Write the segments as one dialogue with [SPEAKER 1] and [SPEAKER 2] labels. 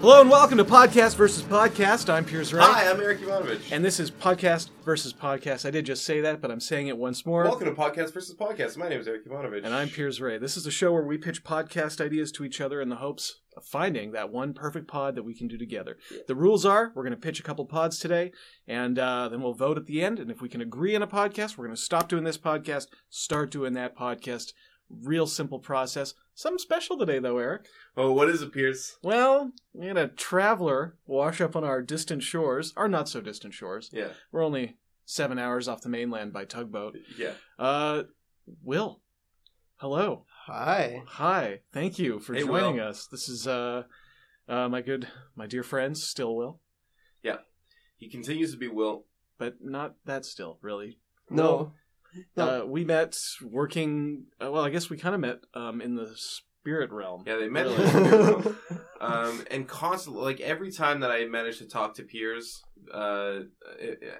[SPEAKER 1] Hello and welcome to Podcast versus Podcast. I'm Piers Wright.
[SPEAKER 2] Hi, I'm Eric Ivanovich.
[SPEAKER 1] And this is Podcast versus Podcast. I did just say that, but I'm saying it once more.
[SPEAKER 2] welcome to Podcast versus Podcast. My name is Eric Ivanovich.
[SPEAKER 1] And I'm Piers Ray. This is a show where we pitch podcast ideas to each other in the hopes of finding that one perfect pod that we can do together. The rules are we're going to pitch a couple pods today, and uh, then we'll vote at the end. And if we can agree on a podcast, we're going to stop doing this podcast, start doing that podcast. Real simple process. Something special today, though, Eric.
[SPEAKER 2] Oh, what is it, Piers?
[SPEAKER 1] Well, we had a traveler wash up on our distant shores, our not so distant shores.
[SPEAKER 2] Yeah,
[SPEAKER 1] We're only seven hours off the mainland by tugboat.
[SPEAKER 2] yeah.
[SPEAKER 1] Uh, Will, hello.
[SPEAKER 3] Hi.
[SPEAKER 1] Hi, thank you for
[SPEAKER 2] Hey,
[SPEAKER 1] joining
[SPEAKER 2] Will.
[SPEAKER 1] us. This is uh, uh, my good, my dear friend, still Will,
[SPEAKER 2] He continues to be Will.
[SPEAKER 1] but not that still, really.
[SPEAKER 3] No. No.
[SPEAKER 1] Uh, we met working. Uh, well, I guess we kind of met um, in the spirit realm.
[SPEAKER 2] Yeah, they met.
[SPEAKER 1] Really?
[SPEAKER 2] in the spirit realm. um, and constantly, like every time that I managed to talk to Piers, uh,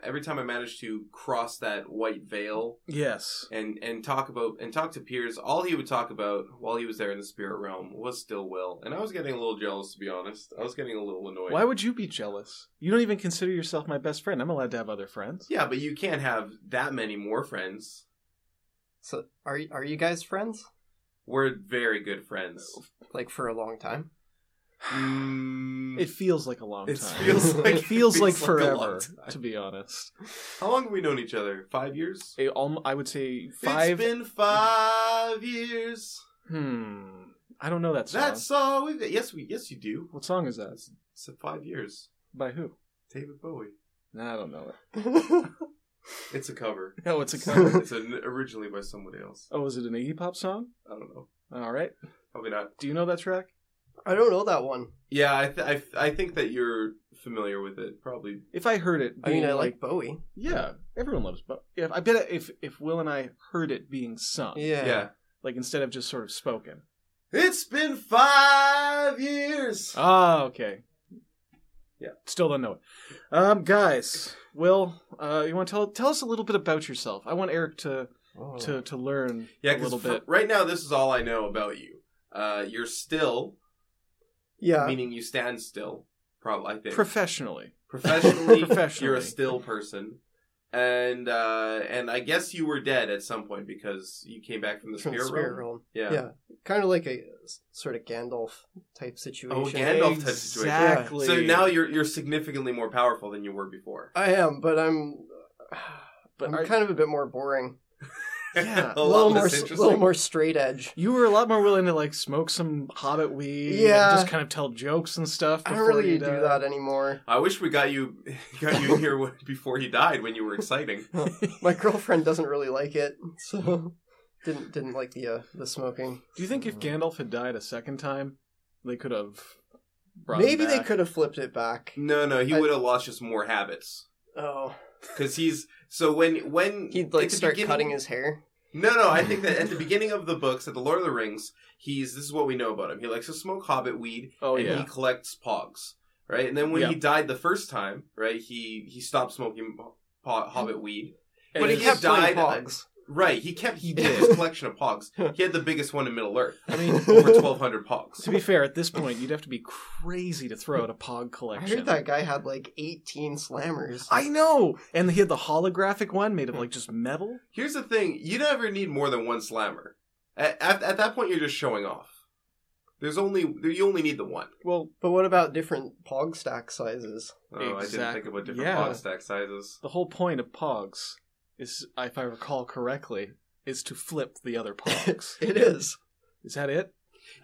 [SPEAKER 2] every time I managed to cross that white veil
[SPEAKER 1] Yes.
[SPEAKER 2] and and talk about and talk to Piers, all he would talk about while he was there in the spirit realm was still Will. And I was getting a little jealous, to be honest. I was getting a little annoyed.
[SPEAKER 1] Why would you be jealous? You don't even consider yourself my best friend. I'm allowed to have other friends.
[SPEAKER 2] Yeah, but you can't have that many more friends.
[SPEAKER 3] So are y- are you guys friends?
[SPEAKER 2] We're very good friends.
[SPEAKER 3] Like for a long time?
[SPEAKER 2] Mm,
[SPEAKER 1] It feels like a long
[SPEAKER 2] it
[SPEAKER 1] time.
[SPEAKER 2] feels like
[SPEAKER 1] it feels like
[SPEAKER 2] a long
[SPEAKER 1] forever,
[SPEAKER 2] time.
[SPEAKER 1] to be honest.
[SPEAKER 2] How long have we known each other? Five years.
[SPEAKER 1] A- alm- I would say five.
[SPEAKER 2] It's been five years.
[SPEAKER 1] Hmm. I don't know that song.
[SPEAKER 2] That's all we've. Yes, we. Yes, you do.
[SPEAKER 1] What song is that?
[SPEAKER 2] It's, it's five years.
[SPEAKER 1] By who?
[SPEAKER 2] David Bowie.
[SPEAKER 1] Nah, I don't know it.
[SPEAKER 2] It's a cover.
[SPEAKER 1] No, it's a cover.
[SPEAKER 2] it's an, originally by somebody else.
[SPEAKER 1] oh, is it an Iggy Pop song?
[SPEAKER 2] I don't know.
[SPEAKER 1] All right.
[SPEAKER 2] Probably not.
[SPEAKER 1] Do you know that track?
[SPEAKER 3] I don't know that one.
[SPEAKER 2] Yeah, I, th- I, th- I think that you're familiar with it. Probably.
[SPEAKER 1] If I heard it,
[SPEAKER 3] I mean,
[SPEAKER 1] being
[SPEAKER 3] I like Bowie.
[SPEAKER 1] yeah, everyone loves. But if I bet if if Will and I heard it being sung,
[SPEAKER 3] Yeah.
[SPEAKER 2] yeah.
[SPEAKER 1] like instead of just sort of spoken.
[SPEAKER 2] It's been five years.
[SPEAKER 1] Ah, okay.
[SPEAKER 2] Yeah.
[SPEAKER 1] Still don't know it. Um, guys, Will, uh, you want to tell tell us a little bit about yourself? I want Eric to
[SPEAKER 3] Oh.
[SPEAKER 1] to to learn
[SPEAKER 2] yeah,
[SPEAKER 1] a
[SPEAKER 2] because
[SPEAKER 1] little bit.
[SPEAKER 2] right now this is all I know about you. Uh, you're still,
[SPEAKER 3] yeah.
[SPEAKER 2] meaning you stand still. Probably, I think.
[SPEAKER 1] professionally.
[SPEAKER 2] professionally,
[SPEAKER 1] Professionally.
[SPEAKER 2] you're a still person, and uh, and I guess you were dead at some point because you came back from the
[SPEAKER 3] From
[SPEAKER 2] spirit,
[SPEAKER 3] Spirit
[SPEAKER 2] realm.
[SPEAKER 3] Realm.
[SPEAKER 2] Yeah.
[SPEAKER 3] Yeah. Kind of like a s- sort of Gandalf type situation.
[SPEAKER 2] Oh, Gandalf type situation.
[SPEAKER 1] Exactly.
[SPEAKER 2] So now you're you're significantly more powerful than you were before.
[SPEAKER 3] I am, but I'm
[SPEAKER 1] but
[SPEAKER 3] I'm
[SPEAKER 1] are-
[SPEAKER 3] kind of a bit more boring.
[SPEAKER 1] Yeah,
[SPEAKER 2] a
[SPEAKER 3] A
[SPEAKER 2] lot
[SPEAKER 3] little more
[SPEAKER 2] less
[SPEAKER 3] s-
[SPEAKER 2] interesting.
[SPEAKER 3] little more straight edge.
[SPEAKER 1] you were a lot more willing to like smoke some hobbit weed.
[SPEAKER 3] Yeah.
[SPEAKER 1] And just kind of tell jokes and stuff.
[SPEAKER 3] I don't
[SPEAKER 1] before
[SPEAKER 3] really
[SPEAKER 1] you
[SPEAKER 3] do
[SPEAKER 1] died.
[SPEAKER 3] that anymore.
[SPEAKER 2] I wish we got you got you here when- before he died when you were exciting.
[SPEAKER 3] My girlfriend doesn't really like it, so didn't didn't like the uh, the smoking.
[SPEAKER 1] Do you think if Gandalf had died a second time, they could have? brought him
[SPEAKER 3] Maybe they
[SPEAKER 1] back?
[SPEAKER 3] could have flipped it back.
[SPEAKER 2] No, no, he
[SPEAKER 3] I-
[SPEAKER 2] would have lost just more habits
[SPEAKER 3] Oh,
[SPEAKER 2] because he's so when when
[SPEAKER 3] he'd like
[SPEAKER 2] at the
[SPEAKER 3] start
[SPEAKER 2] beginning-
[SPEAKER 3] cutting his hair.
[SPEAKER 2] No, no, I think that at the beginning of the books, at the Lord of the Rings, he's this is what we know about him. He likes to smoke hobbit weed
[SPEAKER 1] Oh
[SPEAKER 2] and
[SPEAKER 1] yeah.
[SPEAKER 2] he collects pogs, right? And then when he
[SPEAKER 1] Yeah.
[SPEAKER 2] died the first time, right, he he stopped smoking po- po- hobbit weed.
[SPEAKER 1] And
[SPEAKER 2] But he
[SPEAKER 1] it's-
[SPEAKER 2] kept
[SPEAKER 3] playing
[SPEAKER 2] died- Right, he kept he
[SPEAKER 1] He
[SPEAKER 2] did
[SPEAKER 1] did.
[SPEAKER 2] his collection of pogs. He had the biggest one in Middle Earth,
[SPEAKER 1] I mean,
[SPEAKER 2] over twelve hundred pogs.
[SPEAKER 1] to be fair, at this point, you'd have to be crazy to throw out a pog
[SPEAKER 3] I
[SPEAKER 1] collection.
[SPEAKER 3] heard that guy had like 18 slammers.
[SPEAKER 1] I know. And he had the holographic one made of like just metal.
[SPEAKER 2] Here's the thing: you never need more than one slammer. At, at, at that point, you're just showing off. There's only you only need the one.
[SPEAKER 1] Well,
[SPEAKER 3] But what about different pog stack sizes?
[SPEAKER 2] Oh, I didn't
[SPEAKER 1] Exact-
[SPEAKER 2] think about different
[SPEAKER 1] yeah.
[SPEAKER 2] pog stack sizes.
[SPEAKER 1] the whole point of pogs is, if I recall correctly, is to flip the other pogs.
[SPEAKER 3] It is.
[SPEAKER 1] is that it?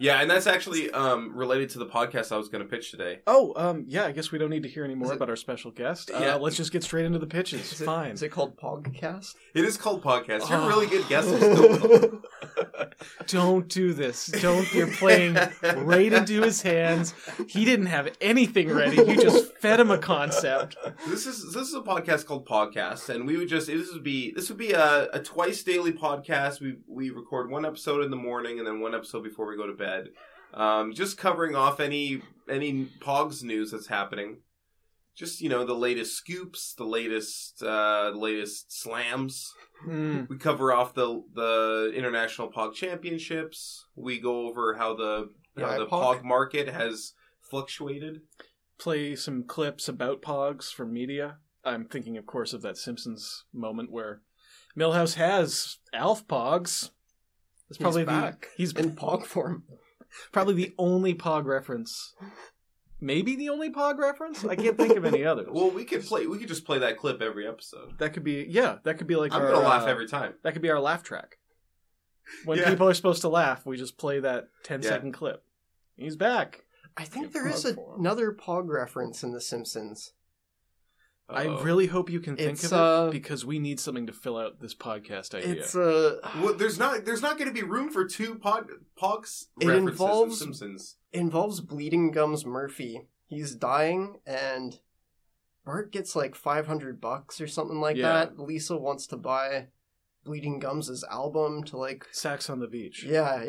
[SPEAKER 2] Yeah, and that's actually um, related to the podcast I was going to pitch today.
[SPEAKER 1] Oh, um, yeah. I guess we don't need to hear any more
[SPEAKER 3] Is it-
[SPEAKER 1] about our special guest. Uh,
[SPEAKER 2] Yeah.
[SPEAKER 1] Let's just get straight into the pitches.
[SPEAKER 3] Is it,
[SPEAKER 1] Fine.
[SPEAKER 3] Is it called Pogcast?
[SPEAKER 2] It is called podcast. You're
[SPEAKER 1] Oh.
[SPEAKER 2] really good guesses. Still,
[SPEAKER 1] Don't do this. Don't. You're playing right into his hands. He didn't have anything ready. You just fed him a concept.
[SPEAKER 2] This is this is a podcast called Podcast, and we would just this would be this would be a, a twice daily podcast. We we record one episode in the morning and then one episode before we go to bed. Um, just covering off any any Pogs news that's happening. Just you know the latest scoops, the latest uh, the latest slams.
[SPEAKER 1] Hmm.
[SPEAKER 2] We cover off the the international pog championships. We go over how the
[SPEAKER 3] Yeah,
[SPEAKER 2] how the
[SPEAKER 3] pog.
[SPEAKER 2] pog market has fluctuated.
[SPEAKER 1] play some clips about Pogs from media. I'm thinking, of course, of that Simpsons moment where Millhouse has Alf Pogs. That's probably
[SPEAKER 3] he's
[SPEAKER 1] the
[SPEAKER 3] back
[SPEAKER 1] he's
[SPEAKER 3] in pog form.
[SPEAKER 1] probably the only Pog reference. Maybe the only Pog reference. I can't think of any others.
[SPEAKER 2] Well, we could play. We could just play that clip every episode.
[SPEAKER 1] that could be yeah. That could be like
[SPEAKER 2] I'm
[SPEAKER 1] our,
[SPEAKER 2] gonna laugh
[SPEAKER 1] uh,
[SPEAKER 2] every time.
[SPEAKER 1] That could be our laugh track. When
[SPEAKER 2] Yeah.
[SPEAKER 1] people are supposed to laugh, we just play that 10 second
[SPEAKER 2] Yeah.
[SPEAKER 1] clip. He's back.
[SPEAKER 3] I
[SPEAKER 1] In
[SPEAKER 3] think there is
[SPEAKER 1] pog
[SPEAKER 3] a,
[SPEAKER 1] form.
[SPEAKER 3] another pog reference in The Simpsons.
[SPEAKER 2] Uh-oh.
[SPEAKER 1] I really hope you can think
[SPEAKER 3] It's,
[SPEAKER 1] of
[SPEAKER 3] uh,
[SPEAKER 1] it because we need something to fill out this podcast idea.
[SPEAKER 3] It's uh, a
[SPEAKER 2] Well, there's not. There's not going to be room for two pod, Pogs
[SPEAKER 3] It
[SPEAKER 2] references in
[SPEAKER 3] involves-
[SPEAKER 2] Simpsons.
[SPEAKER 3] involves Bleeding Gums Murphy. He's dying, and Bart gets like 500 bucks or something like
[SPEAKER 1] Yeah.
[SPEAKER 3] that. Lisa wants to buy Bleeding Gums' album to like.
[SPEAKER 1] Sax on the Beach.
[SPEAKER 3] Yeah,
[SPEAKER 1] Yeah,
[SPEAKER 3] yeah,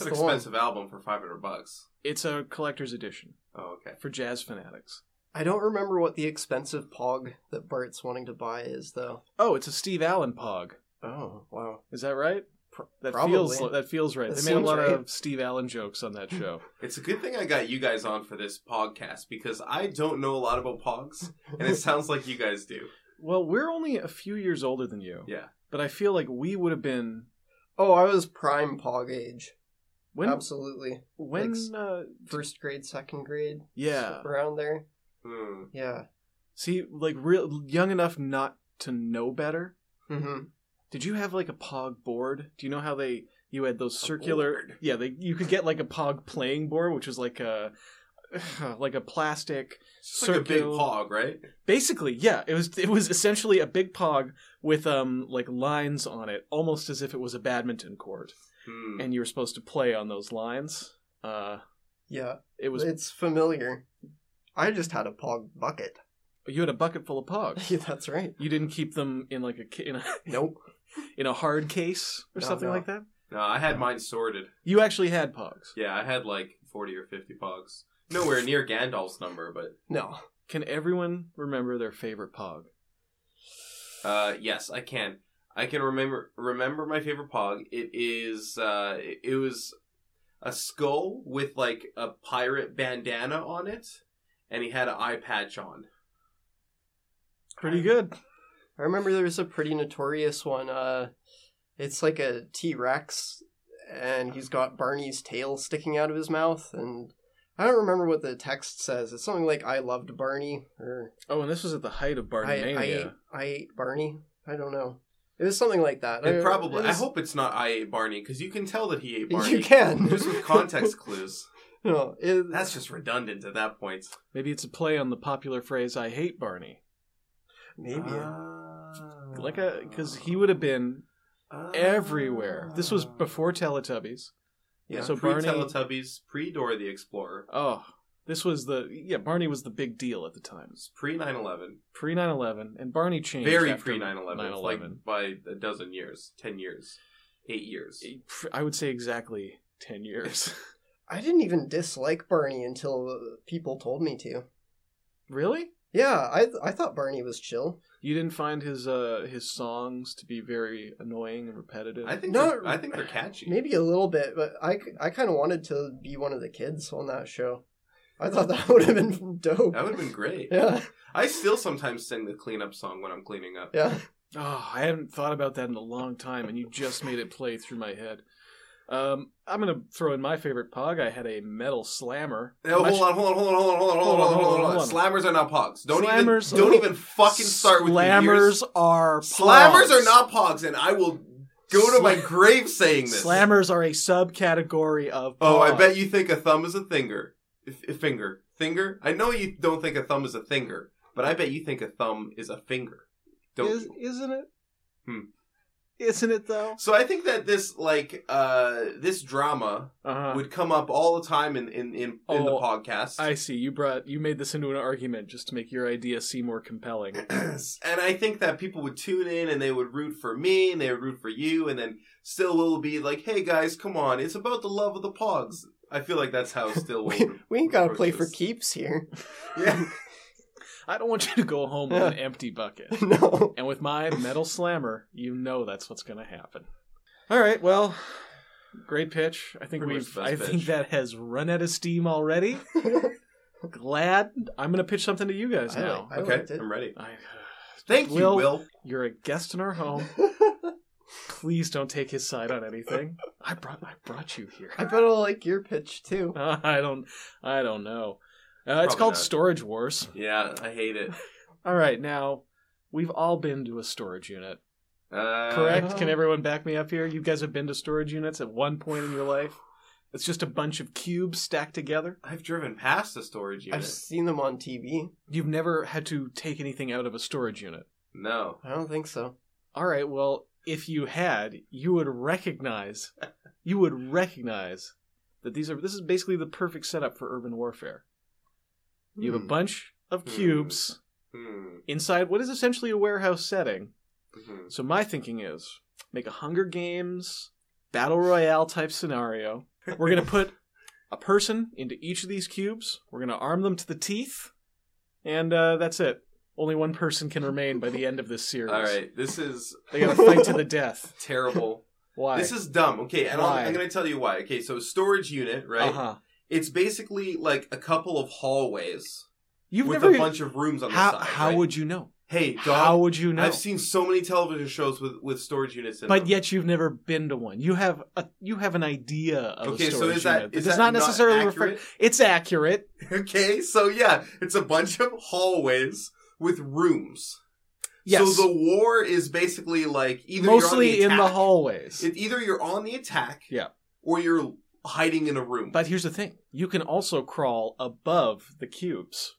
[SPEAKER 2] That's an
[SPEAKER 3] the one.
[SPEAKER 2] expensive album for five hundred bucks.
[SPEAKER 1] It's a collector's edition
[SPEAKER 2] Oh, okay.
[SPEAKER 1] for jazz fanatics.
[SPEAKER 3] I don't remember what the expensive pog that Bart's wanting to buy is, though.
[SPEAKER 1] Oh, it's a Steve Allen Pog.
[SPEAKER 3] Oh, wow.
[SPEAKER 1] Is that right?
[SPEAKER 3] Pro-
[SPEAKER 1] That
[SPEAKER 3] probably.
[SPEAKER 1] feels that feels right.
[SPEAKER 3] That
[SPEAKER 1] they made a
[SPEAKER 3] seems
[SPEAKER 1] lot
[SPEAKER 3] right.
[SPEAKER 1] of Steve Allen jokes on that show.
[SPEAKER 2] It's a good thing I got you guys on for this podcast because I don't know a lot about Pogs, and it sounds like you guys do.
[SPEAKER 1] well, we're only a few years older than you.
[SPEAKER 2] Yeah.
[SPEAKER 1] But I feel like we would have been
[SPEAKER 3] Oh, I was prime pog age.
[SPEAKER 1] when
[SPEAKER 3] Absolutely.
[SPEAKER 1] when
[SPEAKER 3] Like,
[SPEAKER 1] uh,
[SPEAKER 3] First grade, second grade.
[SPEAKER 1] yeah.
[SPEAKER 3] Around there.
[SPEAKER 2] Hmm.
[SPEAKER 3] Yeah.
[SPEAKER 1] See, like real young enough not to know better.
[SPEAKER 3] Mm-hmm.
[SPEAKER 1] Did you have like a pog board? Do you know how they you had those circular
[SPEAKER 2] board?
[SPEAKER 1] Yeah, they you could get like a pog playing board which was like a like a plastic
[SPEAKER 2] It's just like a big
[SPEAKER 1] Circle.
[SPEAKER 2] Pog, right?
[SPEAKER 1] basically yeah it was it was essentially a big pog with um like lines on it almost as if it was a badminton court
[SPEAKER 2] Hmm.
[SPEAKER 1] and you were supposed to play on those lines uh
[SPEAKER 3] Yeah.
[SPEAKER 1] it was
[SPEAKER 3] It's familiar. I just had a pog bucket.
[SPEAKER 1] you had a bucket full of pogs
[SPEAKER 3] Yeah, that's right.
[SPEAKER 1] you didn't keep them in like a ca- in a,
[SPEAKER 3] Nope.
[SPEAKER 1] in a hard case or
[SPEAKER 3] No,
[SPEAKER 1] something
[SPEAKER 3] no.
[SPEAKER 1] like that
[SPEAKER 2] No, I
[SPEAKER 3] uh,
[SPEAKER 2] had mine sorted.
[SPEAKER 1] you actually had pogs
[SPEAKER 2] Yeah, I had like forty or fifty Pogs. Nowhere near Gandalf's number, but
[SPEAKER 3] No.
[SPEAKER 1] can everyone remember their favorite pog
[SPEAKER 2] Uh, yes, I can. I can remember remember my favorite pog. It is uh, it, it was a skull with like a pirate bandana on it, and he had an eye patch on.
[SPEAKER 1] pretty good
[SPEAKER 3] I remember there was a pretty notorious one. Uh, it's like a T Rex, and he's got Barney's tail sticking out of his mouth. And I don't remember what the text says. It's something like "I loved Barney" or
[SPEAKER 1] oh and this was at the height of barney
[SPEAKER 3] "I I ate,
[SPEAKER 1] mania
[SPEAKER 3] I ate Barney." I don't know. It was something like that.
[SPEAKER 2] And
[SPEAKER 3] I-
[SPEAKER 2] probably,
[SPEAKER 3] Uh, it
[SPEAKER 2] I
[SPEAKER 3] was-
[SPEAKER 2] hope it's not I ate Barney because you can tell that he ate Barney.
[SPEAKER 3] you can.
[SPEAKER 2] just with context clues.
[SPEAKER 3] no, it,
[SPEAKER 2] That's just redundant at that point.
[SPEAKER 1] maybe it's a play on the popular phrase i hate barney
[SPEAKER 3] maybe.
[SPEAKER 2] Ah.
[SPEAKER 1] like a because he would have been
[SPEAKER 2] Ah.
[SPEAKER 1] everywhere this was before teletubbies
[SPEAKER 3] yeah.
[SPEAKER 1] so
[SPEAKER 2] pre
[SPEAKER 1] Barney-
[SPEAKER 2] Teletubbies, pre Dora the Explorer,
[SPEAKER 1] Oh, this was the yeah. Barney was the big deal at the time.
[SPEAKER 2] pre 9 11.
[SPEAKER 1] Pre 9-11, and Barney changed.
[SPEAKER 2] very
[SPEAKER 1] after
[SPEAKER 2] pre 9/11, It's
[SPEAKER 1] 9/11.
[SPEAKER 2] like by a dozen years, 10 years, 8 years.
[SPEAKER 1] I would say exactly ten years.
[SPEAKER 3] I didn't even dislike Barney until uh, people told me to.
[SPEAKER 1] really?
[SPEAKER 3] Yeah, I I thought Barney was chill.
[SPEAKER 1] You didn't find his uh his songs to be very annoying and repetitive.
[SPEAKER 2] I think
[SPEAKER 3] No,
[SPEAKER 2] they're, I think they're catchy.
[SPEAKER 3] Maybe a little bit, but I, kind of wanted to be one of the kids on that show. I thought that would have been dope.
[SPEAKER 2] That would have been great.
[SPEAKER 3] Yeah,
[SPEAKER 2] I still sometimes sing the cleanup song when I'm cleaning up.
[SPEAKER 3] yeah.
[SPEAKER 1] Oh, I haven't thought about that in a long time, and you just made it play through my head. Um, I'm gonna throw in my favorite pog. I had a metal slammer.
[SPEAKER 2] No,
[SPEAKER 1] Much-
[SPEAKER 2] hold on, hold on, hold on, hold on, hold on, hold on, hold on, hold on. Slammers are not pogs. Don't
[SPEAKER 1] Slammers-
[SPEAKER 2] even don't even fucking start with your ears.
[SPEAKER 1] slammers are
[SPEAKER 2] Slammers
[SPEAKER 1] pogs.
[SPEAKER 2] are not pogs, and I will go to my
[SPEAKER 1] Sla-
[SPEAKER 2] grave saying this.
[SPEAKER 1] Slammers are a subcategory of.
[SPEAKER 2] Oh, I
[SPEAKER 1] pog.
[SPEAKER 2] bet you think a thumb is a finger. F- a finger, finger. I know you don't think a thumb is a finger, but I bet you think a thumb is a finger. Don't
[SPEAKER 1] Is,
[SPEAKER 2] you?
[SPEAKER 1] isn't it?
[SPEAKER 2] Hmm.
[SPEAKER 1] Isn't it though?
[SPEAKER 2] So I think that this like uh this drama
[SPEAKER 1] Uh-huh.
[SPEAKER 2] would come up all the time in in in, in the
[SPEAKER 1] Oh,
[SPEAKER 2] podcast.
[SPEAKER 1] I see. You brought you made this into an argument just to make your idea seem more compelling.
[SPEAKER 2] and I think that people would tune in and they would root for me and they would root for you and then still will be like, "Hey guys, come on. It's about the love of the pogs." I feel like that's how still
[SPEAKER 3] We,
[SPEAKER 2] will
[SPEAKER 3] we ain't gotta play for
[SPEAKER 2] approaches.
[SPEAKER 3] keeps here.
[SPEAKER 2] Yeah.
[SPEAKER 1] I don't want you to go home with an empty bucket.
[SPEAKER 3] no.
[SPEAKER 1] And with my metal slammer, you know that's what's going to happen. All right. Well, great pitch. I think
[SPEAKER 2] Pretty much
[SPEAKER 1] we've.
[SPEAKER 2] the
[SPEAKER 1] I
[SPEAKER 2] best
[SPEAKER 1] think
[SPEAKER 2] pitch.
[SPEAKER 1] that has run out of steam already. glad I'm going to pitch something to you guys
[SPEAKER 3] I
[SPEAKER 1] now.
[SPEAKER 3] like- I
[SPEAKER 2] Okay,
[SPEAKER 3] liked it.
[SPEAKER 2] I'm ready.
[SPEAKER 1] I,
[SPEAKER 2] Thank you,
[SPEAKER 1] Will.
[SPEAKER 2] Will.
[SPEAKER 1] you're a guest in our home. Please don't take his side on anything. I brought I brought you here.
[SPEAKER 3] I bet I'll like your pitch too.
[SPEAKER 1] I don't I don't know. Uh, it's
[SPEAKER 2] Probably
[SPEAKER 1] called
[SPEAKER 2] not.
[SPEAKER 1] Storage Wars.
[SPEAKER 2] Yeah, I hate it.
[SPEAKER 1] All right, now we've all been to a storage unit,
[SPEAKER 2] Uh,
[SPEAKER 1] correct? Can
[SPEAKER 3] Uh,
[SPEAKER 1] everyone back me up here? You guys have been to storage units at one point in your life. It's just a bunch of cubes stacked together.
[SPEAKER 2] I've driven past the storage unit.
[SPEAKER 3] I've seen them on TV.
[SPEAKER 1] You've never had to take anything out of a storage unit.
[SPEAKER 2] No.
[SPEAKER 3] I don't think so.
[SPEAKER 1] All right, well, if you had, you would recognize you would recognize that these are this is basically the perfect setup for urban warfare. You have a
[SPEAKER 3] Hmm.
[SPEAKER 1] bunch of
[SPEAKER 2] Hmm.
[SPEAKER 1] cubes
[SPEAKER 2] Hmm.
[SPEAKER 1] inside what is essentially a warehouse setting.
[SPEAKER 2] Mhm.
[SPEAKER 1] So my thinking is make a Hunger Games battle royale type scenario. We're going to put a person into each of these cubes. We're going to arm them to the teeth, and uh, that's it. Only one person can remain by the end of this series.
[SPEAKER 2] All right, this is
[SPEAKER 1] They got to fight to the death.
[SPEAKER 2] terrible.
[SPEAKER 1] Why?
[SPEAKER 2] This is dumb. Okay, and I'll,
[SPEAKER 1] Why?
[SPEAKER 2] I'm going to tell you why. Okay, so storage unit, right?
[SPEAKER 1] Uh-huh.
[SPEAKER 2] It's basically like a couple of hallways
[SPEAKER 1] You've
[SPEAKER 2] with
[SPEAKER 1] never e-,
[SPEAKER 2] a bunch of rooms on
[SPEAKER 1] how
[SPEAKER 2] the side.
[SPEAKER 1] how
[SPEAKER 2] right?
[SPEAKER 1] would you know?
[SPEAKER 2] Hey, dog.
[SPEAKER 1] How would you know?
[SPEAKER 2] I've seen so many television shows with, with storage units in
[SPEAKER 1] but
[SPEAKER 2] them.
[SPEAKER 1] yet you've never been to one. You have a you have an idea of
[SPEAKER 2] okay,
[SPEAKER 1] a
[SPEAKER 2] so
[SPEAKER 1] storage
[SPEAKER 2] is that
[SPEAKER 1] unit.
[SPEAKER 2] is
[SPEAKER 1] it does
[SPEAKER 2] that
[SPEAKER 1] not necessarily refer.
[SPEAKER 2] accurate?
[SPEAKER 1] It's accurate.
[SPEAKER 2] Okay, so yeah, it's a bunch of hallways with rooms.
[SPEAKER 1] Yes.
[SPEAKER 2] So the war is basically like either
[SPEAKER 1] mostly
[SPEAKER 2] you're on
[SPEAKER 1] in the
[SPEAKER 2] attack-
[SPEAKER 1] hallways.
[SPEAKER 2] It, either you're on the attack,
[SPEAKER 1] Yeah.
[SPEAKER 2] or you're hiding in a room.
[SPEAKER 1] But here's the thing: you can also crawl above the cubes.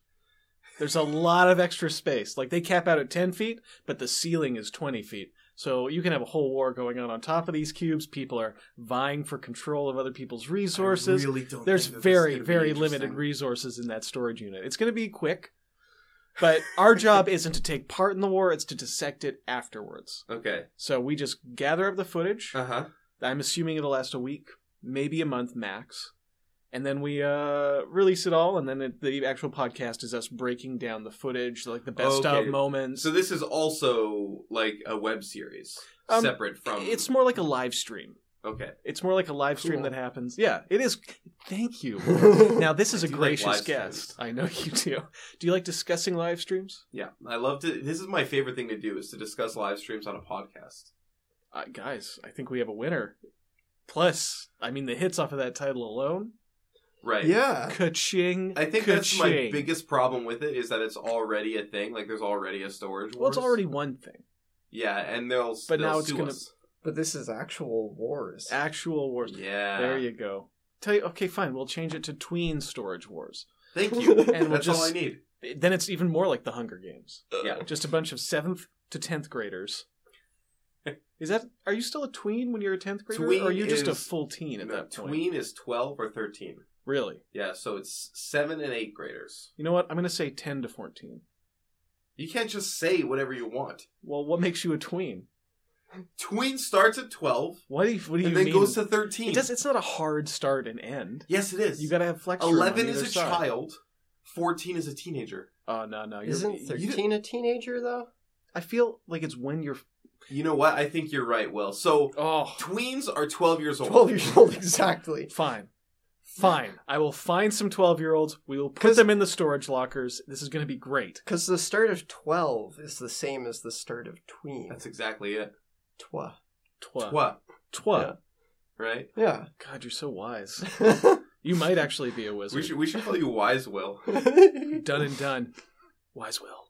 [SPEAKER 1] There's a lot of extra space. Like they cap out at ten feet, but the ceiling is twenty feet. So you can have a whole war going on on top of these cubes. People are vying for control of other people's resources.
[SPEAKER 2] I really don't
[SPEAKER 1] There's
[SPEAKER 2] think that this is
[SPEAKER 1] very,
[SPEAKER 2] gonna be
[SPEAKER 1] very
[SPEAKER 2] interesting.
[SPEAKER 1] limited resources in that storage unit. It's going to be quick, but our job isn't to take part in the war; it's to dissect it afterwards.
[SPEAKER 2] Okay.
[SPEAKER 1] So we just gather up the footage.
[SPEAKER 2] Uh huh.
[SPEAKER 1] I'm assuming it'll last a week, maybe a month max. And then we uh, release it all, and then it, the actual podcast is us breaking down the footage, like the best
[SPEAKER 2] Okay.
[SPEAKER 1] of moments.
[SPEAKER 2] So this is also like a web series,
[SPEAKER 1] Um,
[SPEAKER 2] separate from.
[SPEAKER 1] It's more like a live stream.
[SPEAKER 2] okay.
[SPEAKER 1] It's more like a live stream
[SPEAKER 3] Cool.
[SPEAKER 1] that happens. Yeah, it is. Thank you. Now this is
[SPEAKER 2] I
[SPEAKER 1] a
[SPEAKER 2] do like
[SPEAKER 1] gracious
[SPEAKER 2] live
[SPEAKER 1] guest. I know you do. Do you like discussing live streams?
[SPEAKER 2] Yeah, I love to. This is my favorite thing to do is to discuss live streams on a podcast.
[SPEAKER 1] Uh, guys, I think we have a winner. Plus, I mean, the hits off of that title alone.
[SPEAKER 2] Right.
[SPEAKER 3] yeah.
[SPEAKER 1] Ka-ching.
[SPEAKER 2] I think that's my
[SPEAKER 1] ka-ching.
[SPEAKER 2] biggest problem with it is that it's already a thing. Like there's already a storage.
[SPEAKER 1] Well, it's
[SPEAKER 2] wars.
[SPEAKER 1] already one thing.
[SPEAKER 2] Yeah, and they'll.
[SPEAKER 1] But
[SPEAKER 2] they'll
[SPEAKER 1] now it's
[SPEAKER 2] sue
[SPEAKER 1] gonna-
[SPEAKER 2] us.
[SPEAKER 3] But this is actual wars.
[SPEAKER 1] actual wars.
[SPEAKER 2] Yeah.
[SPEAKER 1] There you go. Tell you, okay, fine. We'll change it to tween storage wars.
[SPEAKER 2] Thank you.
[SPEAKER 1] we'll
[SPEAKER 3] And
[SPEAKER 2] that's all I
[SPEAKER 1] just-
[SPEAKER 2] need.
[SPEAKER 1] Then it's even more like the Hunger Games.
[SPEAKER 2] Yeah.
[SPEAKER 1] Just a bunch of seventh to tenth graders. Is that? Are you still a tween when you're a tenth grader,
[SPEAKER 2] Tween
[SPEAKER 1] or are you just a
[SPEAKER 2] is-
[SPEAKER 1] full teen at
[SPEAKER 2] No,
[SPEAKER 1] that point?
[SPEAKER 2] tween is twelve or thirteen.
[SPEAKER 1] Really?
[SPEAKER 2] Yeah, so it's seven and eight graders.
[SPEAKER 1] You know what? I'm gonna say ten to fourteen.
[SPEAKER 2] You can't just say whatever you want.
[SPEAKER 1] Well, what makes you a tween?
[SPEAKER 2] Tween starts at twelve
[SPEAKER 1] What do you? What do
[SPEAKER 2] and
[SPEAKER 1] you
[SPEAKER 2] then
[SPEAKER 1] mean?
[SPEAKER 2] goes to thirteen.
[SPEAKER 1] it does, it's not a hard start and end.
[SPEAKER 2] Yes, it is.
[SPEAKER 1] You gotta have flex. room on
[SPEAKER 2] Eleven is
[SPEAKER 1] either
[SPEAKER 2] a
[SPEAKER 1] side.
[SPEAKER 2] child. Fourteen is a teenager.
[SPEAKER 1] Oh no, no. You're,
[SPEAKER 3] Isn't
[SPEAKER 1] you-
[SPEAKER 3] thirteen a teenager though?
[SPEAKER 1] I feel like it's when you're.
[SPEAKER 2] You know what? I think you're right, Will. So
[SPEAKER 1] Oh,
[SPEAKER 2] tweens are twelve years old.
[SPEAKER 3] Twelve years old exactly.
[SPEAKER 1] Fine. Fine. I will find some 12 year olds. We will put
[SPEAKER 3] 'Cause-
[SPEAKER 1] them in the storage lockers. This is going to be great.
[SPEAKER 3] Because the start of twelve is the same as the start of tween.
[SPEAKER 2] That's exactly it.
[SPEAKER 3] Twa.
[SPEAKER 1] Twa.
[SPEAKER 2] Twa,
[SPEAKER 1] Twa.
[SPEAKER 3] Yeah.
[SPEAKER 2] right?
[SPEAKER 3] Yeah.
[SPEAKER 1] God, you're so wise. You might actually be a
[SPEAKER 2] We
[SPEAKER 1] wizard.
[SPEAKER 2] should we should call you Wise Will.
[SPEAKER 1] Done and done. Wise Will.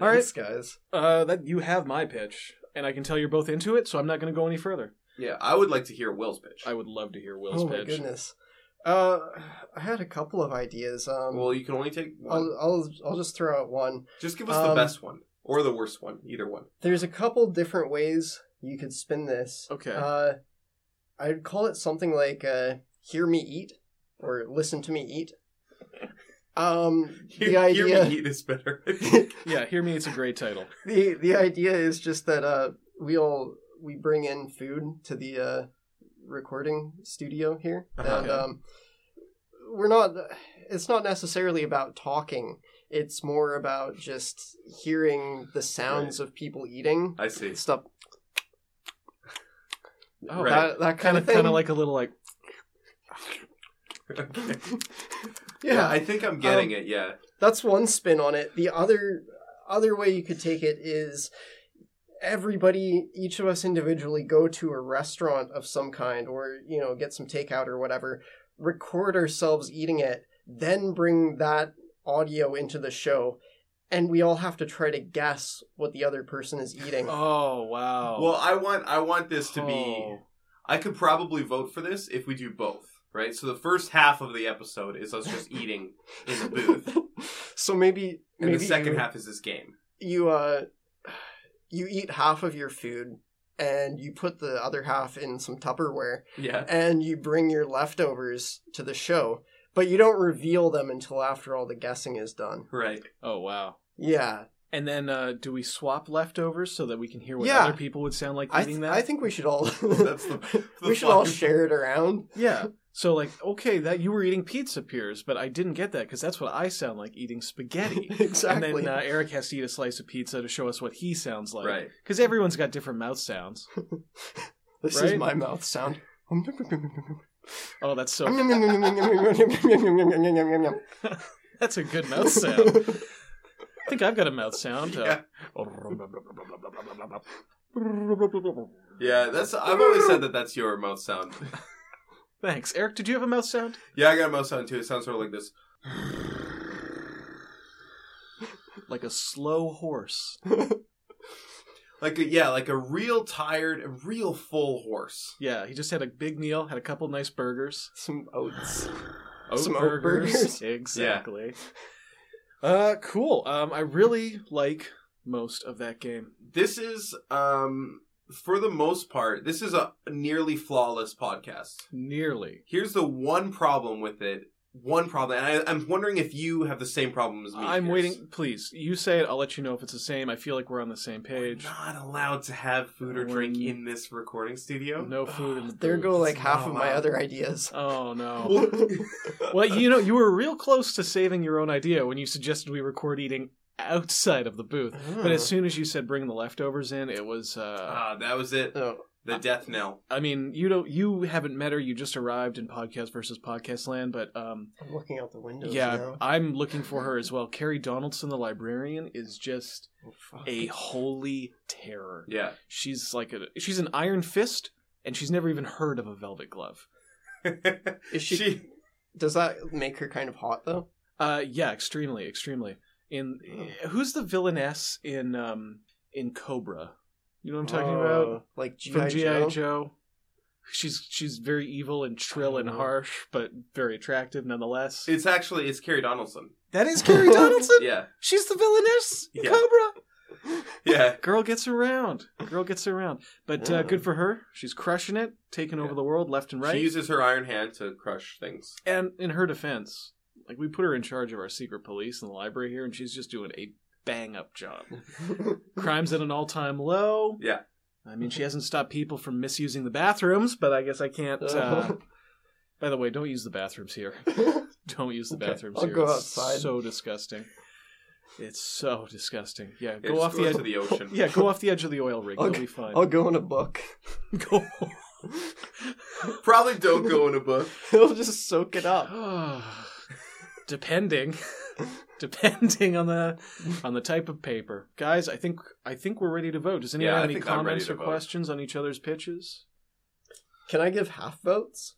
[SPEAKER 1] All right.
[SPEAKER 3] Thanks, guys.
[SPEAKER 1] Uh, that you have my pitch, and I can tell you're both into it, so I'm not going to go any further.
[SPEAKER 2] Yeah, I would like to hear Will's pitch.
[SPEAKER 1] I would love to hear Will's
[SPEAKER 3] Oh my
[SPEAKER 1] pitch.
[SPEAKER 3] goodness. Uh, I had a couple of ideas. Um,
[SPEAKER 2] Well, you can only take one.
[SPEAKER 3] I'll, I'll I'll just throw out one.
[SPEAKER 2] Just give us the
[SPEAKER 3] um,
[SPEAKER 2] best one or the worst one, either one.
[SPEAKER 3] There's a couple different ways you could spin this.
[SPEAKER 1] Okay.
[SPEAKER 3] Uh, I'd call it something like uh, "Hear me eat" or "Listen to me eat." Um, the
[SPEAKER 2] Hear- hear
[SPEAKER 3] idea,
[SPEAKER 2] me eat is better.
[SPEAKER 1] yeah, hear me. It's a great title.
[SPEAKER 3] the the idea is just that uh, we all we bring in food to the uh, recording studio here,
[SPEAKER 2] Uh-huh.
[SPEAKER 3] and um, we're not. It's not necessarily about talking. It's more about just hearing the sounds of people eating
[SPEAKER 2] I see.
[SPEAKER 3] stuff.
[SPEAKER 1] Oh,
[SPEAKER 2] Right.
[SPEAKER 3] That, that kind of thing.
[SPEAKER 1] kind of like a little like.
[SPEAKER 2] yeah, I think
[SPEAKER 3] Um,
[SPEAKER 2] I'm getting it. Yeah.
[SPEAKER 3] That's one spin on it. The other other way you could take it is everybody each of us individually go to a restaurant of some kind or you know get some takeout or whatever record ourselves eating it then bring that audio into the show and we all have to try to guess what the other person is eating
[SPEAKER 1] Oh wow.
[SPEAKER 2] Well, I want I want this to be.
[SPEAKER 1] Oh.
[SPEAKER 2] I could probably vote for this if we do both. Right. So the first half of the episode is us just eating in the booth,
[SPEAKER 3] so maybe
[SPEAKER 2] and
[SPEAKER 3] maybe
[SPEAKER 2] the second
[SPEAKER 3] you,
[SPEAKER 2] half is this game.
[SPEAKER 3] you uh you eat half of your food and you put the other half in some Tupperware
[SPEAKER 2] Yeah.
[SPEAKER 3] and you bring your leftovers to the show, but you don't reveal them until after all the guessing is done.
[SPEAKER 2] Right.
[SPEAKER 1] oh wow.
[SPEAKER 3] Yeah,
[SPEAKER 1] And then uh, do we swap leftovers so that we can hear what
[SPEAKER 3] Yeah.
[SPEAKER 1] other people would sound like
[SPEAKER 3] I,
[SPEAKER 1] eating
[SPEAKER 3] th-
[SPEAKER 1] that?
[SPEAKER 3] I think we should all
[SPEAKER 2] That's the. the
[SPEAKER 3] we should all
[SPEAKER 2] fun-
[SPEAKER 3] share it around.
[SPEAKER 1] yeah. So like, okay, that you were eating pizza pears, but I didn't get that because that's what I sound like eating spaghetti.
[SPEAKER 3] exactly.
[SPEAKER 1] And then uh, Eric has to eat a slice of pizza to show us what he sounds like.
[SPEAKER 2] Right.
[SPEAKER 1] Because everyone's got different mouth sounds.
[SPEAKER 3] this is
[SPEAKER 1] right?
[SPEAKER 3] my mouth sound.
[SPEAKER 1] Oh, that's so.
[SPEAKER 3] That's
[SPEAKER 1] that's a good mouth sound. I think I've got a mouth sound. Uh,
[SPEAKER 2] Yeah. That's. I've always said that that's your mouth sound.
[SPEAKER 1] Thanks, Eric. Did you have a mouth sound?
[SPEAKER 2] Yeah, I got a mouth sound too. It sounds sort of like this.
[SPEAKER 1] Like a slow horse.
[SPEAKER 2] Like a, yeah, like a real tired, a real full horse.
[SPEAKER 1] Yeah, he just had a big meal, had a couple nice burgers.
[SPEAKER 3] Some oats.
[SPEAKER 2] Oh,
[SPEAKER 1] Oat
[SPEAKER 3] Some oat
[SPEAKER 1] burgers.
[SPEAKER 3] burgers.
[SPEAKER 1] Exactly. Uh, cool. Um, I really like most of that game.
[SPEAKER 2] This is um for the most part, this is a nearly flawless podcast.
[SPEAKER 1] Nearly.
[SPEAKER 2] Here's the one problem with it. One problem, and I, I'm wondering if you have the same problem as me.
[SPEAKER 1] I'm
[SPEAKER 2] Pierce.
[SPEAKER 1] waiting. Please, you say it. I'll let you know if it's the same. I feel like we're on the same
[SPEAKER 2] We're
[SPEAKER 1] page.
[SPEAKER 2] not allowed to have food or
[SPEAKER 1] We're
[SPEAKER 2] drink
[SPEAKER 1] n-
[SPEAKER 2] in this recording studio.
[SPEAKER 1] No food in the
[SPEAKER 3] There
[SPEAKER 1] booth.
[SPEAKER 3] go like
[SPEAKER 2] It's
[SPEAKER 3] half
[SPEAKER 2] not
[SPEAKER 3] of my
[SPEAKER 2] allowed.
[SPEAKER 3] other ideas.
[SPEAKER 1] Oh no.
[SPEAKER 2] Well-
[SPEAKER 1] well, you know, you were real close to saving your own idea when you suggested we record eating outside of the booth. But as soon as you said bring the leftovers in, it was. Uh,
[SPEAKER 2] Ah, that was it.
[SPEAKER 3] Oh,
[SPEAKER 2] The death knell.
[SPEAKER 1] I mean, you don't. You haven't met her. You just arrived in podcast versus podcast land, but um,
[SPEAKER 3] I'm looking out the windows
[SPEAKER 1] Yeah,
[SPEAKER 3] now.
[SPEAKER 1] I'm looking for her as well. Carrie Donaldson, the librarian, is just
[SPEAKER 2] Oh, fuck.
[SPEAKER 1] a holy terror.
[SPEAKER 2] Yeah.
[SPEAKER 1] She's like a she's an iron fist, and she's never even heard of a velvet glove.
[SPEAKER 3] Is she,
[SPEAKER 2] she.
[SPEAKER 3] Does that make her kind of hot though?
[SPEAKER 1] Uh, yeah, extremely, extremely. In
[SPEAKER 2] Oh.
[SPEAKER 1] who's the villainess in um in Cobra? You know what I'm talking
[SPEAKER 2] Uh,
[SPEAKER 1] about
[SPEAKER 3] Oh, like GI
[SPEAKER 1] from GI
[SPEAKER 3] Joe.
[SPEAKER 1] Joe. She's she's very evil and shrill and
[SPEAKER 2] Uh-huh.
[SPEAKER 3] Oh.
[SPEAKER 1] harsh, but very attractive nonetheless.
[SPEAKER 2] It's actually it's Carrie Donaldson.
[SPEAKER 1] that is Carrie Donaldson.
[SPEAKER 2] Yeah.
[SPEAKER 1] She's the villainess in
[SPEAKER 2] Yeah.
[SPEAKER 1] Cobra.
[SPEAKER 2] Yeah.
[SPEAKER 1] girl gets around. Girl gets around. But uh,
[SPEAKER 3] Yeah.
[SPEAKER 1] good for her. She's crushing it, taking over
[SPEAKER 2] Yeah.
[SPEAKER 1] the world left and right.
[SPEAKER 2] She uses her iron hand to crush things.
[SPEAKER 1] and in her defense, like we put her in charge of our secret police in the library here, and she's just doing a bang up job. Crimes at an all time low.
[SPEAKER 2] Yeah.
[SPEAKER 1] I mean, she hasn't stopped people from misusing the bathrooms, but I guess I can't. Uh... By the way, don't use the bathrooms here. Don't use the
[SPEAKER 3] Okay,
[SPEAKER 1] bathrooms
[SPEAKER 3] I'll
[SPEAKER 1] here.
[SPEAKER 3] go
[SPEAKER 1] it's
[SPEAKER 3] outside.
[SPEAKER 1] so disgusting. It's so disgusting. Yeah,
[SPEAKER 2] Yeah,
[SPEAKER 1] go
[SPEAKER 2] just
[SPEAKER 1] off the
[SPEAKER 2] out
[SPEAKER 1] edge.
[SPEAKER 2] to the ocean.
[SPEAKER 1] Yeah, go off the edge of the oil rig. You'll
[SPEAKER 3] Okay,
[SPEAKER 1] be fine.
[SPEAKER 3] I'll go in a book.
[SPEAKER 1] Go.
[SPEAKER 2] Probably don't go in a book.
[SPEAKER 3] It'll just soak it up.
[SPEAKER 1] depending depending on the on the type of paper guys i think i think we're ready to vote does anyone
[SPEAKER 2] Yeah, I
[SPEAKER 1] have any
[SPEAKER 2] think I'm ready
[SPEAKER 1] comments
[SPEAKER 2] to
[SPEAKER 1] or
[SPEAKER 2] vote.
[SPEAKER 1] questions on each other's pitches
[SPEAKER 3] Can I give half votes?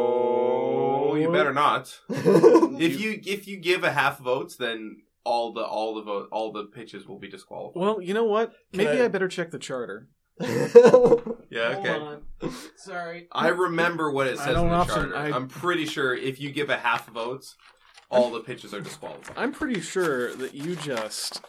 [SPEAKER 2] No, you better not.
[SPEAKER 3] oh,
[SPEAKER 2] If you if you give a half votes, then all the all the vote all the pitches will be disqualified.
[SPEAKER 1] well you know what maybe
[SPEAKER 3] I-
[SPEAKER 1] I... better check the charter Oh
[SPEAKER 2] Yeah, okay.
[SPEAKER 1] sorry
[SPEAKER 2] I remember what it
[SPEAKER 1] I
[SPEAKER 2] says in
[SPEAKER 1] don't
[SPEAKER 2] the
[SPEAKER 1] often-
[SPEAKER 2] charter.
[SPEAKER 1] I-
[SPEAKER 2] I'm pretty sure if you give a half votes, all the pitches are disqualified.
[SPEAKER 1] i'm pretty sure that you just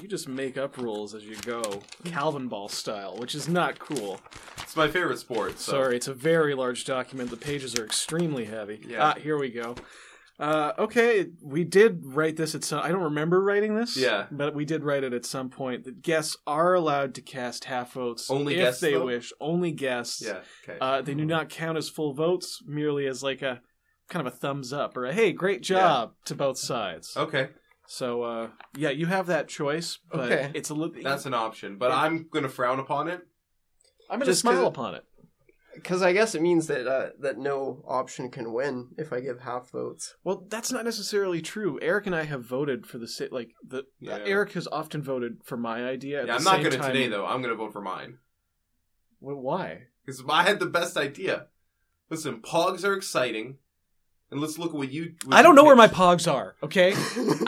[SPEAKER 1] you just make up rules as you go calvin ball style which is not cool
[SPEAKER 2] It's my favorite sport. So.
[SPEAKER 1] Sorry, it's a very large document. The pages are extremely heavy.
[SPEAKER 2] Yeah.
[SPEAKER 1] Ah, here we go. Uh, okay, we did write this at some. I don't remember writing this.
[SPEAKER 2] Yeah.
[SPEAKER 1] But we did write it at some point. That guests are allowed to cast half votes
[SPEAKER 2] Only
[SPEAKER 1] if
[SPEAKER 2] guests,
[SPEAKER 1] they
[SPEAKER 2] though?
[SPEAKER 1] wish. Only guests.
[SPEAKER 2] Yeah. Okay.
[SPEAKER 1] Uh, they do not count as full votes, merely as like a kind of a thumbs up or a hey, great job to both sides.
[SPEAKER 2] okay.
[SPEAKER 1] So uh, yeah, you have that choice, but
[SPEAKER 3] Okay.
[SPEAKER 1] it's a little.
[SPEAKER 2] That's an option, but I'm gonna frown upon it.
[SPEAKER 1] I'm gonna
[SPEAKER 3] Just 'cause-
[SPEAKER 1] smile upon it.
[SPEAKER 3] because I guess it means that uh, that no option can win if I give half votes.
[SPEAKER 1] Well, that's not necessarily true. Eric and I have voted for the si- like the
[SPEAKER 2] Yeah.
[SPEAKER 1] Eric has often voted for my idea. At
[SPEAKER 2] Yeah,
[SPEAKER 1] the
[SPEAKER 2] I'm not
[SPEAKER 1] same
[SPEAKER 2] gonna
[SPEAKER 1] time-
[SPEAKER 2] today though. I'm gonna vote for mine
[SPEAKER 1] Well, why?
[SPEAKER 2] because I had the best idea. Listen, pogs are exciting, and let's look at what you. what
[SPEAKER 1] I don't
[SPEAKER 2] you
[SPEAKER 1] know where my
[SPEAKER 2] pitched.
[SPEAKER 1] pogs are. Okay,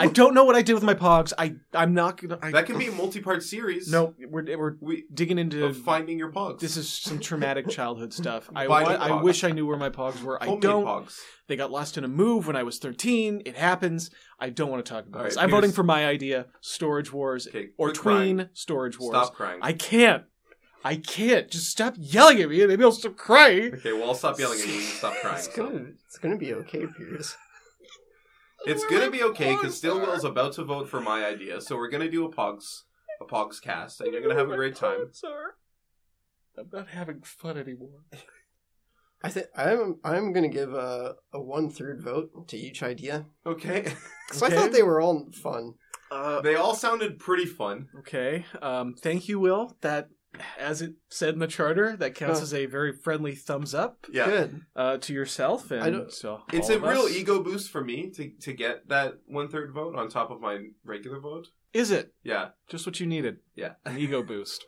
[SPEAKER 1] I don't know what I did with my pogs. I I'm not gonna. I,
[SPEAKER 2] That can be a multi-part series.
[SPEAKER 1] no, we're we're
[SPEAKER 2] we
[SPEAKER 1] digging into
[SPEAKER 2] of finding your pogs.
[SPEAKER 1] this is some traumatic childhood stuff. I
[SPEAKER 2] Buy
[SPEAKER 1] wa-
[SPEAKER 2] new
[SPEAKER 1] I
[SPEAKER 2] pogs.
[SPEAKER 1] wish I knew where my pogs were. I
[SPEAKER 2] Homemade
[SPEAKER 1] don't.
[SPEAKER 2] pogs.
[SPEAKER 1] They got lost in a move when I was 13. It happens. I don't want to talk about
[SPEAKER 2] All
[SPEAKER 1] this.
[SPEAKER 2] right,
[SPEAKER 1] I'm
[SPEAKER 2] Pierce.
[SPEAKER 1] voting for my idea, Storage Wars,
[SPEAKER 2] Okay,
[SPEAKER 1] or
[SPEAKER 2] quit
[SPEAKER 1] tween
[SPEAKER 2] crying.
[SPEAKER 1] Storage Wars.
[SPEAKER 2] Stop crying.
[SPEAKER 1] I can't. I can't. Just stop yelling at me. Maybe I'll stop crying.
[SPEAKER 2] Okay, well I'll stop yelling at you. and Stop crying.
[SPEAKER 3] it's gonna it's gonna be okay, Piers.
[SPEAKER 2] It's gonna be okay because Stillwell's about to vote for my idea, so we're gonna do a pogs a pogs cast, and you're gonna have a great time.
[SPEAKER 1] Sir. I'm not having fun anymore.
[SPEAKER 3] I think I'm I'm gonna give a a one third vote to each idea
[SPEAKER 2] Okay.
[SPEAKER 3] because
[SPEAKER 1] Okay.
[SPEAKER 3] I thought they were all fun.
[SPEAKER 1] Uh,
[SPEAKER 2] they all sounded pretty fun.
[SPEAKER 1] okay. Um, thank you, Will. That, as it said in the charter, that counts
[SPEAKER 2] Uh.
[SPEAKER 3] Huh.
[SPEAKER 1] as a very friendly thumbs up
[SPEAKER 2] Yeah.
[SPEAKER 3] Good.
[SPEAKER 1] uh, to yourself and
[SPEAKER 3] I don't-
[SPEAKER 1] so
[SPEAKER 2] It's
[SPEAKER 1] all
[SPEAKER 2] a
[SPEAKER 1] of
[SPEAKER 2] real
[SPEAKER 1] us.
[SPEAKER 2] ego boost for me to, to get that one third vote on top of my regular vote.
[SPEAKER 1] Is it
[SPEAKER 2] Yeah,
[SPEAKER 1] just what you needed?
[SPEAKER 2] yeah.
[SPEAKER 1] An ego boost.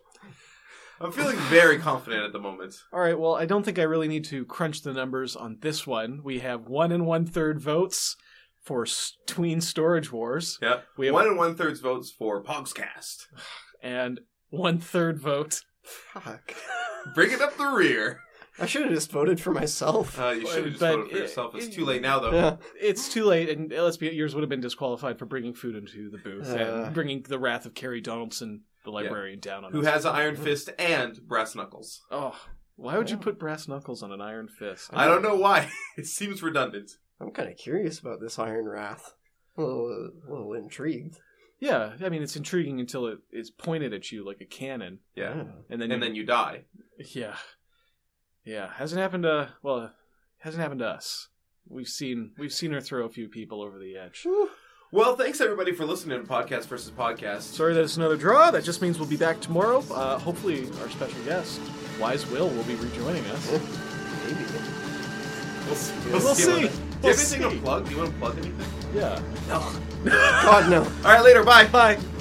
[SPEAKER 2] I'm feeling very confident at the moment.
[SPEAKER 1] All right. Well, I don't think I really need to crunch the numbers on this one. We have one and one third votes for s- tween storage wars.
[SPEAKER 2] Yeah.
[SPEAKER 1] We have
[SPEAKER 2] one and one thirds votes for Pogscast.
[SPEAKER 1] and one third vote.
[SPEAKER 3] Fuck.
[SPEAKER 2] Bringing up the rear.
[SPEAKER 3] I should have just voted for myself.
[SPEAKER 2] Uh, you should have just
[SPEAKER 1] But
[SPEAKER 2] voted for
[SPEAKER 1] it-
[SPEAKER 2] yourself. It's
[SPEAKER 1] it-
[SPEAKER 2] too late now, though.
[SPEAKER 3] yeah.
[SPEAKER 1] It's too late, and let's be yours would have been disqualified for bringing food into the booth
[SPEAKER 3] Uh.
[SPEAKER 1] and bringing the wrath of Carrie Donaldson, the librarian, down on
[SPEAKER 2] Who
[SPEAKER 1] us.
[SPEAKER 2] has an iron fist and brass knuckles?
[SPEAKER 1] oh, why would you put brass knuckles on an iron fist?
[SPEAKER 2] I don't know why. it seems redundant.
[SPEAKER 3] I'm kind of curious about this Iron Wrath. A little, a little intrigued.
[SPEAKER 1] Yeah, I mean it's intriguing until it is pointed at you like a cannon,
[SPEAKER 2] Yeah.
[SPEAKER 1] and then
[SPEAKER 2] And then you die.
[SPEAKER 1] Yeah. Yeah. Hasn't happened to well, hasn't happened to us. We've seen we've seen her throw a few people over the edge.
[SPEAKER 2] Well, thanks everybody for listening to Podcast versus Podcast.
[SPEAKER 1] Sorry that it's another draw. That just means we'll be back tomorrow. Uh, hopefully, our special guest, Wise Will, will be rejoining us.
[SPEAKER 3] Maybe.
[SPEAKER 2] We'll see.
[SPEAKER 1] We'll see.
[SPEAKER 2] Do you have
[SPEAKER 1] We'll
[SPEAKER 2] anything
[SPEAKER 1] see.
[SPEAKER 2] to plug? Do you want to plug anything?
[SPEAKER 1] Yeah.
[SPEAKER 3] God no.
[SPEAKER 2] All right, later. Bye.
[SPEAKER 1] Bye.